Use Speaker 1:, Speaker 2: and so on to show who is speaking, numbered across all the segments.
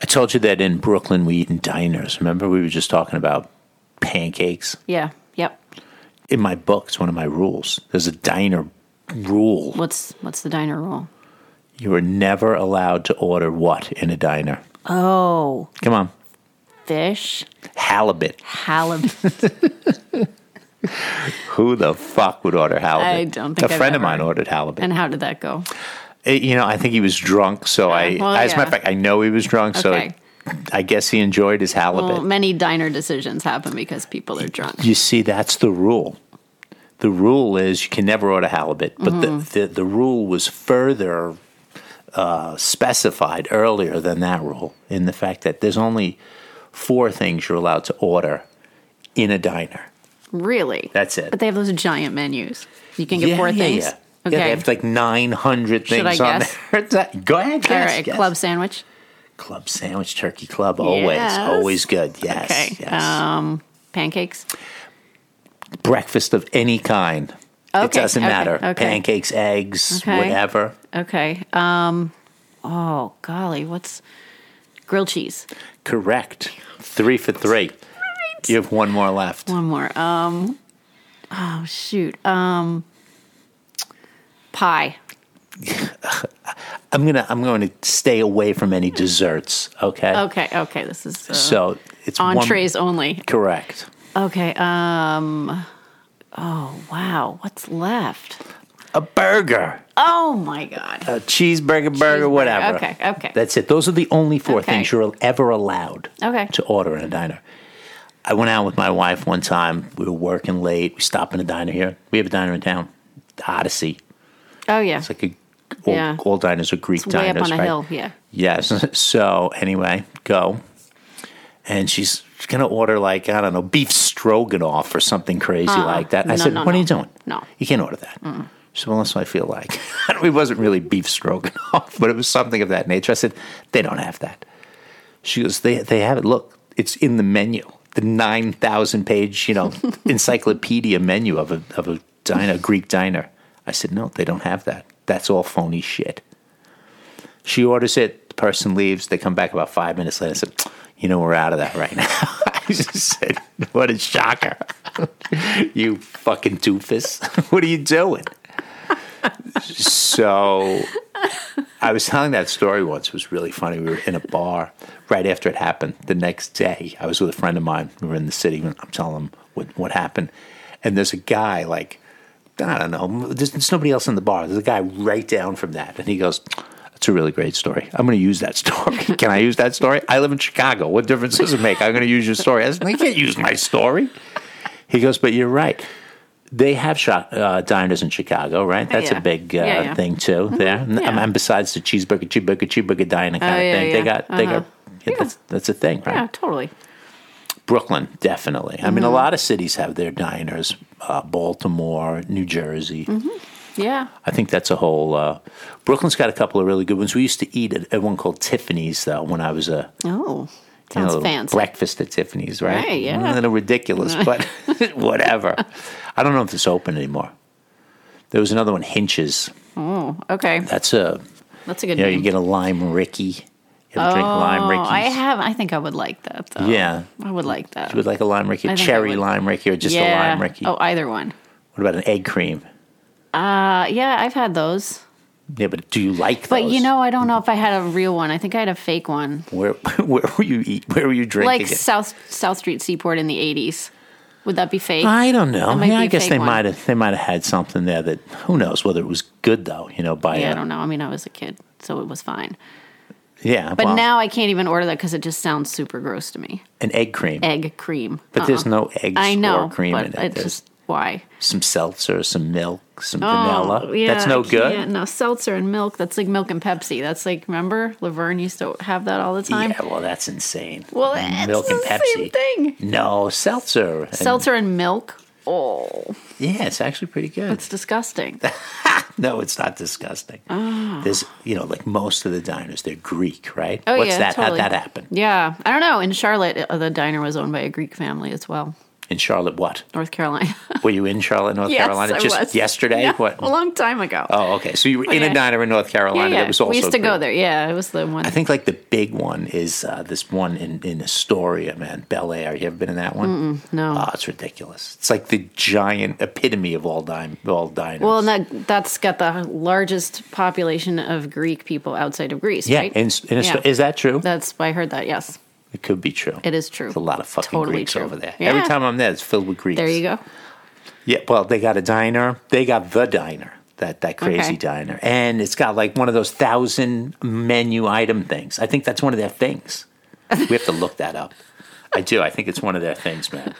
Speaker 1: I told you that in Brooklyn we eat in diners. Remember, we were just talking about pancakes.
Speaker 2: Yeah. Yep.
Speaker 1: In my book, it's one of my rules. There's a diner rule.
Speaker 2: What's what's the diner rule?
Speaker 1: You are never allowed to order what in a diner.
Speaker 2: Oh,
Speaker 1: Come on,
Speaker 2: fish,
Speaker 1: halibut.
Speaker 2: halibut.
Speaker 1: Who the fuck would order halibut?
Speaker 2: I don't think
Speaker 1: a
Speaker 2: I've
Speaker 1: friend of
Speaker 2: ever-
Speaker 1: mine ordered halibut.
Speaker 2: and how did that go?
Speaker 1: Eh, you know, I think he was drunk. So I,
Speaker 2: well,
Speaker 1: as a matter of
Speaker 2: yeah.
Speaker 1: fact, I know he was drunk. So
Speaker 2: Okay.
Speaker 1: I guess he enjoyed his halibut.
Speaker 2: Well, many diner decisions happen because people are drunk.
Speaker 1: You see, that's the rule. The rule is you can never order halibut, but
Speaker 2: Mm-hmm.
Speaker 1: the, the, the rule was further uh, specified earlier than that rule in the fact that there's only four things you're allowed to order in a diner.
Speaker 2: Really?
Speaker 1: That's it.
Speaker 2: But they have those giant menus. You can get four things.
Speaker 1: Yeah.
Speaker 2: Okay.
Speaker 1: Yeah, they have like 900
Speaker 2: Should I
Speaker 1: things on
Speaker 2: guess?
Speaker 1: there. Go ahead,
Speaker 2: All
Speaker 1: guess,
Speaker 2: right,
Speaker 1: guess.
Speaker 2: club sandwich.
Speaker 1: Club sandwich, turkey club, always,
Speaker 2: Yes.
Speaker 1: always good. Yes.
Speaker 2: Okay.
Speaker 1: yes.
Speaker 2: Um, pancakes.
Speaker 1: Breakfast of any kind. it
Speaker 2: Okay,
Speaker 1: doesn't
Speaker 2: okay,
Speaker 1: matter.
Speaker 2: okay.
Speaker 1: Pancakes, eggs,
Speaker 2: Okay.
Speaker 1: whatever.
Speaker 2: Okay. Um, oh golly, what's grilled cheese?
Speaker 1: Correct. Three for three. You have one more left.
Speaker 2: One more. Um, oh shoot. Um, pie.
Speaker 1: I'm gonna I'm going to stay away from any desserts. Okay.
Speaker 2: Okay. Okay. This is uh,
Speaker 1: So it's one-
Speaker 2: entrees only.
Speaker 1: correct.
Speaker 2: Okay. Um. Oh wow, what's left?
Speaker 1: A burger,
Speaker 2: Oh my god.
Speaker 1: a cheeseburger, burger,
Speaker 2: Cheeseburger.
Speaker 1: whatever.
Speaker 2: Okay, okay.
Speaker 1: That's it. Those are the only four
Speaker 2: Okay.
Speaker 1: things you're ever allowed
Speaker 2: Okay.
Speaker 1: to order in a diner. I went out with my wife one time. We were working late. We stopped in a diner here. We have a diner in town, the Odyssey.
Speaker 2: Oh yeah.
Speaker 1: It's like a all,
Speaker 2: Yeah.
Speaker 1: all diners are Greek
Speaker 2: It's way
Speaker 1: diners,
Speaker 2: up on a
Speaker 1: right?
Speaker 2: hill. Yeah.
Speaker 1: Yes. So anyway, go. And she's gonna order like I don't know beef stroganoff or something crazy like that. And I
Speaker 2: Ah, No,
Speaker 1: said,
Speaker 2: no,
Speaker 1: "What are
Speaker 2: no.
Speaker 1: you doing?
Speaker 2: No.
Speaker 1: you can't order that." She said, "Well, that's what I feel like." it wasn't really beef stroganoff, but it was something of that nature. I said, "They don't have that." She goes, "They they have it. Look, it's in the menu, the nine thousand page you know encyclopedia menu of a of a diner Greek diner." I said, "No, they don't have that. That's all phony shit." She orders it. The person leaves. They come back about five minutes later. and said, "You know, we're out of that right now." I just said, "What a shocker! you fucking doofus! what are you doing?" so, I was telling that story once. It was really funny. We were in a bar right after it happened. The next day, I was with a friend of mine. We were in the city. and I'm telling him what what happened, and there's a guy like. I don't know. There's, there's nobody else in the bar. There's a guy right down from that. And he goes, That's a really great story. I'm going to use that story. Can I use that story? I live in Chicago. What difference does it make? I'm going to use your story. I said, They can't use my story. He goes, But you're right. They have shot, uh, diners in Chicago, right? That's
Speaker 2: Yeah.
Speaker 1: a big uh,
Speaker 2: Yeah, yeah.
Speaker 1: thing too. There, and,
Speaker 2: Mm-hmm. yeah.
Speaker 1: and besides the cheeseburger, cheeseburger, cheeseburger diner kind
Speaker 2: Oh,
Speaker 1: of
Speaker 2: yeah,
Speaker 1: thing, they
Speaker 2: yeah.
Speaker 1: got, they
Speaker 2: Uh-huh.
Speaker 1: got. yeah, That's, that's a thing, right?
Speaker 2: Yeah. Mm-hmm. Totally.
Speaker 1: Brooklyn, definitely. I mean, a lot of cities have their diners. Uh, Baltimore, New Jersey.
Speaker 2: Mm-hmm. Yeah.
Speaker 1: I think that's a whole. Uh, Brooklyn's got a couple of really good ones. We used to eat at, at one called Tiffany's though when I was a
Speaker 2: Oh,
Speaker 1: you
Speaker 2: sounds
Speaker 1: know,
Speaker 2: fancy.
Speaker 1: breakfast at Tiffany's, right? Mm,
Speaker 2: Right, yeah.
Speaker 1: a little ridiculous, but whatever. I don't know if it's open anymore. There was another one, Hinches.
Speaker 2: okay,
Speaker 1: That's a
Speaker 2: that's a good.
Speaker 1: you know
Speaker 2: name.
Speaker 1: you get a lime Ricky. You ever drink lime
Speaker 2: oh, I
Speaker 1: Rickies?
Speaker 2: have. I think I would like that. Though.
Speaker 1: yeah,
Speaker 2: I would like that.
Speaker 1: you would like a lime Ricky,
Speaker 2: I think I
Speaker 1: cherry
Speaker 2: would.
Speaker 1: lime Ricky, or just a lime Ricky?
Speaker 2: Oh, either one.
Speaker 1: What about an egg cream?
Speaker 2: Uh, yeah, I've had those,
Speaker 1: Yeah, but do you like those?
Speaker 2: but you know, I don't know if I had a real one. I think I had a fake one,
Speaker 1: where where were you eat? Where were you drinking?
Speaker 2: like
Speaker 1: it?
Speaker 2: South South Street Seaport in the '80s. Would that be fake?
Speaker 1: I don't know.
Speaker 2: might
Speaker 1: Yeah,
Speaker 2: be
Speaker 1: I
Speaker 2: a
Speaker 1: guess
Speaker 2: fake
Speaker 1: they
Speaker 2: one.
Speaker 1: might have they might have had something there that who knows whether it was good though. You know, by
Speaker 2: yeah,
Speaker 1: uh,
Speaker 2: I don't know. I mean, I was a kid, so it was fine.
Speaker 1: yeah.
Speaker 2: But
Speaker 1: well,
Speaker 2: now I can't even order that because it just sounds super gross to me.
Speaker 1: an egg cream,
Speaker 2: Egg cream,
Speaker 1: but there's
Speaker 2: Eh, Uh-uh.
Speaker 1: no eggs
Speaker 2: I know,
Speaker 1: or cream
Speaker 2: but
Speaker 1: in
Speaker 2: it
Speaker 1: it. There's
Speaker 2: just why.
Speaker 1: some seltzer, some milk, some vanilla. That's no
Speaker 2: Oh, I
Speaker 1: good.
Speaker 2: can't. No seltzer and milk. That's like milk and Pepsi. That's like remember Laverne used to have that all the time.
Speaker 1: Yeah, well, that's insane.
Speaker 2: Well, it's
Speaker 1: milk and
Speaker 2: the
Speaker 1: Pepsi.
Speaker 2: same thing.
Speaker 1: No seltzer. And-
Speaker 2: Seltzer and milk. Oh,
Speaker 1: yeah, it's actually pretty good.
Speaker 2: it's disgusting.
Speaker 1: No, it's not disgusting. There's, you know, like most of the diners, they're Greek, right?
Speaker 2: Ah. Oh
Speaker 1: What's
Speaker 2: yeah,
Speaker 1: that?
Speaker 2: totally.
Speaker 1: How'd that happen?
Speaker 2: Yeah, I don't know. In Charlotte, uh, the diner was owned by a Greek family as well.
Speaker 1: in Charlotte. What
Speaker 2: North Carolina.
Speaker 1: were you in Charlotte, North Carolina,
Speaker 2: I
Speaker 1: just
Speaker 2: was.
Speaker 1: yesterday?
Speaker 2: No,
Speaker 1: What?
Speaker 2: A long time ago.
Speaker 1: Oh, okay. So you were in
Speaker 2: yeah.
Speaker 1: a diner in North Carolina
Speaker 2: yeah, yeah.
Speaker 1: that was also
Speaker 2: we used to
Speaker 1: great.
Speaker 2: go there. Yeah, it was the one.
Speaker 1: I think like the big one is uh, this one in, in Astoria, man, Bel Air. You ever been in that one?
Speaker 2: no.
Speaker 1: Oh, it's ridiculous. It's like the giant epitome of all dime all diners.
Speaker 2: well, and that that's got the largest population of Greek people outside of Greece.
Speaker 1: yeah,
Speaker 2: right?
Speaker 1: in, in Asto-
Speaker 2: Yeah.
Speaker 1: is that true?
Speaker 2: That's I heard that. Yes,
Speaker 1: it could be true.
Speaker 2: it is true.
Speaker 1: It's a lot of fucking
Speaker 2: Totally
Speaker 1: Greeks
Speaker 2: true.
Speaker 1: over there.
Speaker 2: Yeah.
Speaker 1: Every time I'm there, it's filled with Greeks.
Speaker 2: There you go.
Speaker 1: Yeah, well, they got a diner. They got the diner, that that crazy
Speaker 2: Okay.
Speaker 1: diner, and it's got like one of those thousand menu item things. I think that's one of their things. we have to look that up. I do. I think it's one of their things, man.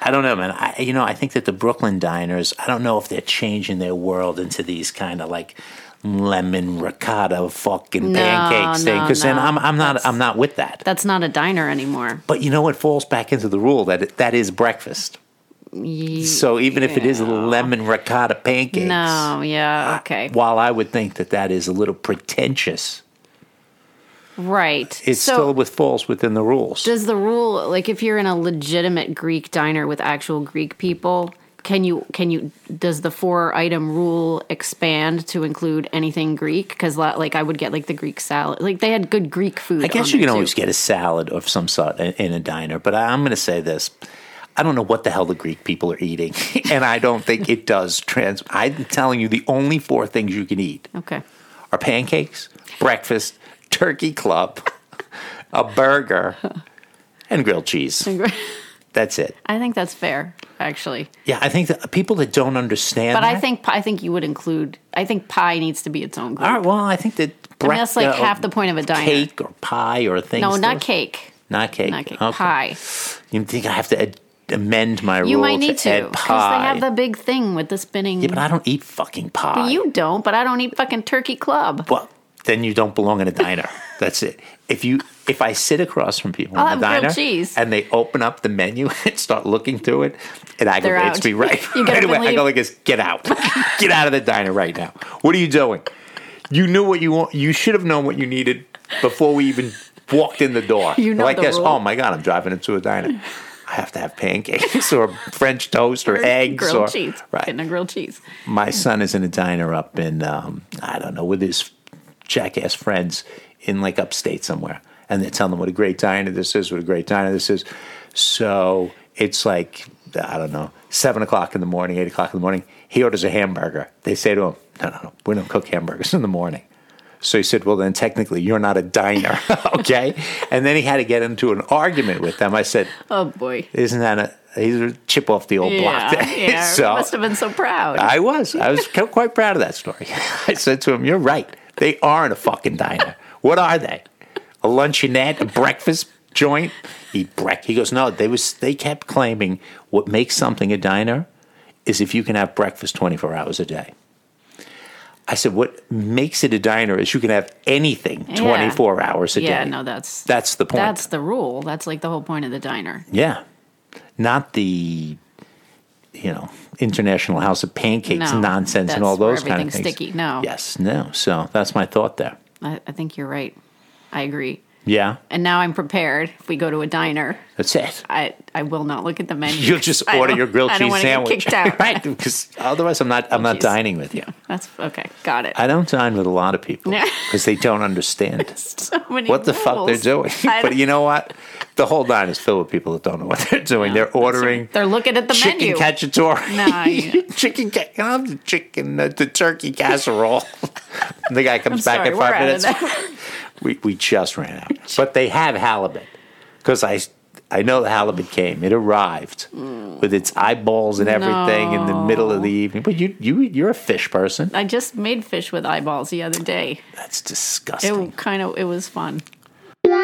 Speaker 1: I don't know, man. I, you know, I think that the Brooklyn diners. I don't know if they're changing their world into these kind of like lemon ricotta fucking
Speaker 2: No,
Speaker 1: pancakes thing.
Speaker 2: no,
Speaker 1: Because then
Speaker 2: no.
Speaker 1: I'm I'm not I'm not with that.
Speaker 2: That's not a diner anymore.
Speaker 1: But you know what falls back into the rule that it, that is breakfast. So even if it is lemon ricotta pancakes,
Speaker 2: No.
Speaker 1: Ah,
Speaker 2: Yeah. Okay.
Speaker 1: while I would think that that is a little pretentious,
Speaker 2: Right.
Speaker 1: it
Speaker 2: so
Speaker 1: still with falls within the rules.
Speaker 2: does the rule like if you're in a legitimate Greek diner with actual Greek people? Can you can you does the four item rule expand to include anything Greek? Because like I would get like the Greek salad, like they had good Greek food.
Speaker 1: I guess you can always get a salad of some sort in, in a diner, but I, I'm going to say this. I don't know what the hell the Greek people are eating, and I don't think it does trans. I'm telling you, the only four things you can eat
Speaker 2: Okay.
Speaker 1: are pancakes, breakfast, turkey club, a burger, and grilled cheese. That's it.
Speaker 2: I think that's fair, actually.
Speaker 1: Yeah, I think that people that don't understand.
Speaker 2: But I
Speaker 1: that-
Speaker 2: think I think you would include. I think pie needs to be its own group.
Speaker 1: All right. Well, I think that
Speaker 2: I mean, that's like
Speaker 1: breakfast- uh,
Speaker 2: half the point of a diner.
Speaker 1: cake or pie or things.
Speaker 2: no,
Speaker 1: those-
Speaker 2: not cake.
Speaker 1: Not cake.
Speaker 2: Not cake.
Speaker 1: Okay.
Speaker 2: Pie.
Speaker 1: You think I have to ad- amend my rule
Speaker 2: You might need
Speaker 1: to
Speaker 2: to
Speaker 1: add
Speaker 2: because
Speaker 1: pie?
Speaker 2: they have the big thing with the spinning.
Speaker 1: yeah, but I don't eat fucking pie.
Speaker 2: you don't. But I don't eat fucking turkey club.
Speaker 1: well, then you don't belong in a diner. That's it. If you if I sit across from people
Speaker 2: I'll
Speaker 1: in the
Speaker 2: have
Speaker 1: diner
Speaker 2: grilled cheese.
Speaker 1: and they open up the menu and start looking through it, it aggravates
Speaker 2: out.
Speaker 1: me right,
Speaker 2: You get
Speaker 1: right
Speaker 2: up and
Speaker 1: away. I
Speaker 2: leave.
Speaker 1: go like this, get out. get out of the diner right now. What are you doing? You knew what you want you should have known what you needed before we even walked in the door.
Speaker 2: You know
Speaker 1: like
Speaker 2: the
Speaker 1: this,
Speaker 2: rule.
Speaker 1: oh my god, I'm driving into a diner. I have to have pancakes or French toast or, eggs
Speaker 2: grilled
Speaker 1: or
Speaker 2: cheese.
Speaker 1: Right
Speaker 2: Getting a grilled cheese.
Speaker 1: my son is in a diner up in um, I don't know with his jackass friends in like upstate somewhere, and they're telling them what a great diner this is, what a great diner this is. So it's like I don't know seven o'clock in the morning, eight o'clock in the morning. He orders a hamburger. They say to him, "No, no, no, we don't cook hamburgers in the morning." So he said, Well, then technically you're not a diner, okay? and then he had to get into an argument with them. I said,
Speaker 2: Oh boy.
Speaker 1: Isn't that a, he's a chip off the old block?
Speaker 2: Yeah.
Speaker 1: there."
Speaker 2: yeah.
Speaker 1: so,
Speaker 2: must have been so proud.
Speaker 1: I was. I was qu- quite proud of that story. I said to him, "You're right. They aren't a fucking diner. What are they? A luncheonette, a breakfast joint? Eat breakfast." He goes, "No. They was. They kept claiming what makes something a diner is if you can have breakfast 24 hours a day." I said, "What makes it a diner is you can have anything 24 hours a
Speaker 2: yeah.
Speaker 1: day."
Speaker 2: No, that's
Speaker 1: that's the point.
Speaker 2: that's the rule. That's like the whole point of the diner.
Speaker 1: Yeah. Not the, you know, International House of Pancakes
Speaker 2: No,
Speaker 1: nonsense and
Speaker 2: that's
Speaker 1: all those
Speaker 2: where
Speaker 1: kind of things.
Speaker 2: everything's sticky. No.
Speaker 1: Yes, no. So that's my thought there.
Speaker 2: I, I think you're right. I agree.
Speaker 1: Yeah,
Speaker 2: And now I'm prepared. If we go to a diner,
Speaker 1: that's it.
Speaker 2: I I will not look at the menu.
Speaker 1: You'll just
Speaker 2: I
Speaker 1: order
Speaker 2: don't-
Speaker 1: your grilled
Speaker 2: I don't
Speaker 1: cheese
Speaker 2: wanna get
Speaker 1: sandwich,
Speaker 2: kicked out.
Speaker 1: right? Because otherwise, I'm not. I'm not
Speaker 2: cheese.
Speaker 1: dining with you.
Speaker 2: That's okay. Got it.
Speaker 1: I don't dine with a lot of people
Speaker 2: Yeah.
Speaker 1: because they don't understand
Speaker 2: so many
Speaker 1: what the fuck they're
Speaker 2: rules.
Speaker 1: doing.
Speaker 2: I
Speaker 1: but
Speaker 2: don't-
Speaker 1: you know what? The whole dine is filled with people that don't know what they're doing. they're ordering.
Speaker 2: They're looking at the
Speaker 1: chicken
Speaker 2: menu.
Speaker 1: cacciatore.
Speaker 2: No, yeah.
Speaker 1: chicken ca- I'll have the chicken, uh, the turkey casserole. and the guy comes back
Speaker 2: Sorry,
Speaker 1: in
Speaker 2: we're
Speaker 1: five
Speaker 2: out of
Speaker 1: minutes.
Speaker 2: that.
Speaker 1: We, we just ran out. But they have halibut because I, I know the halibut came. It arrived
Speaker 2: Mm.
Speaker 1: with its eyeballs and everything in the middle of the evening. But you, you, you're a fish person.
Speaker 2: I just made fish with eyeballs the other day.
Speaker 1: That's disgusting.
Speaker 2: It kind of it was fun.
Speaker 3: Bye.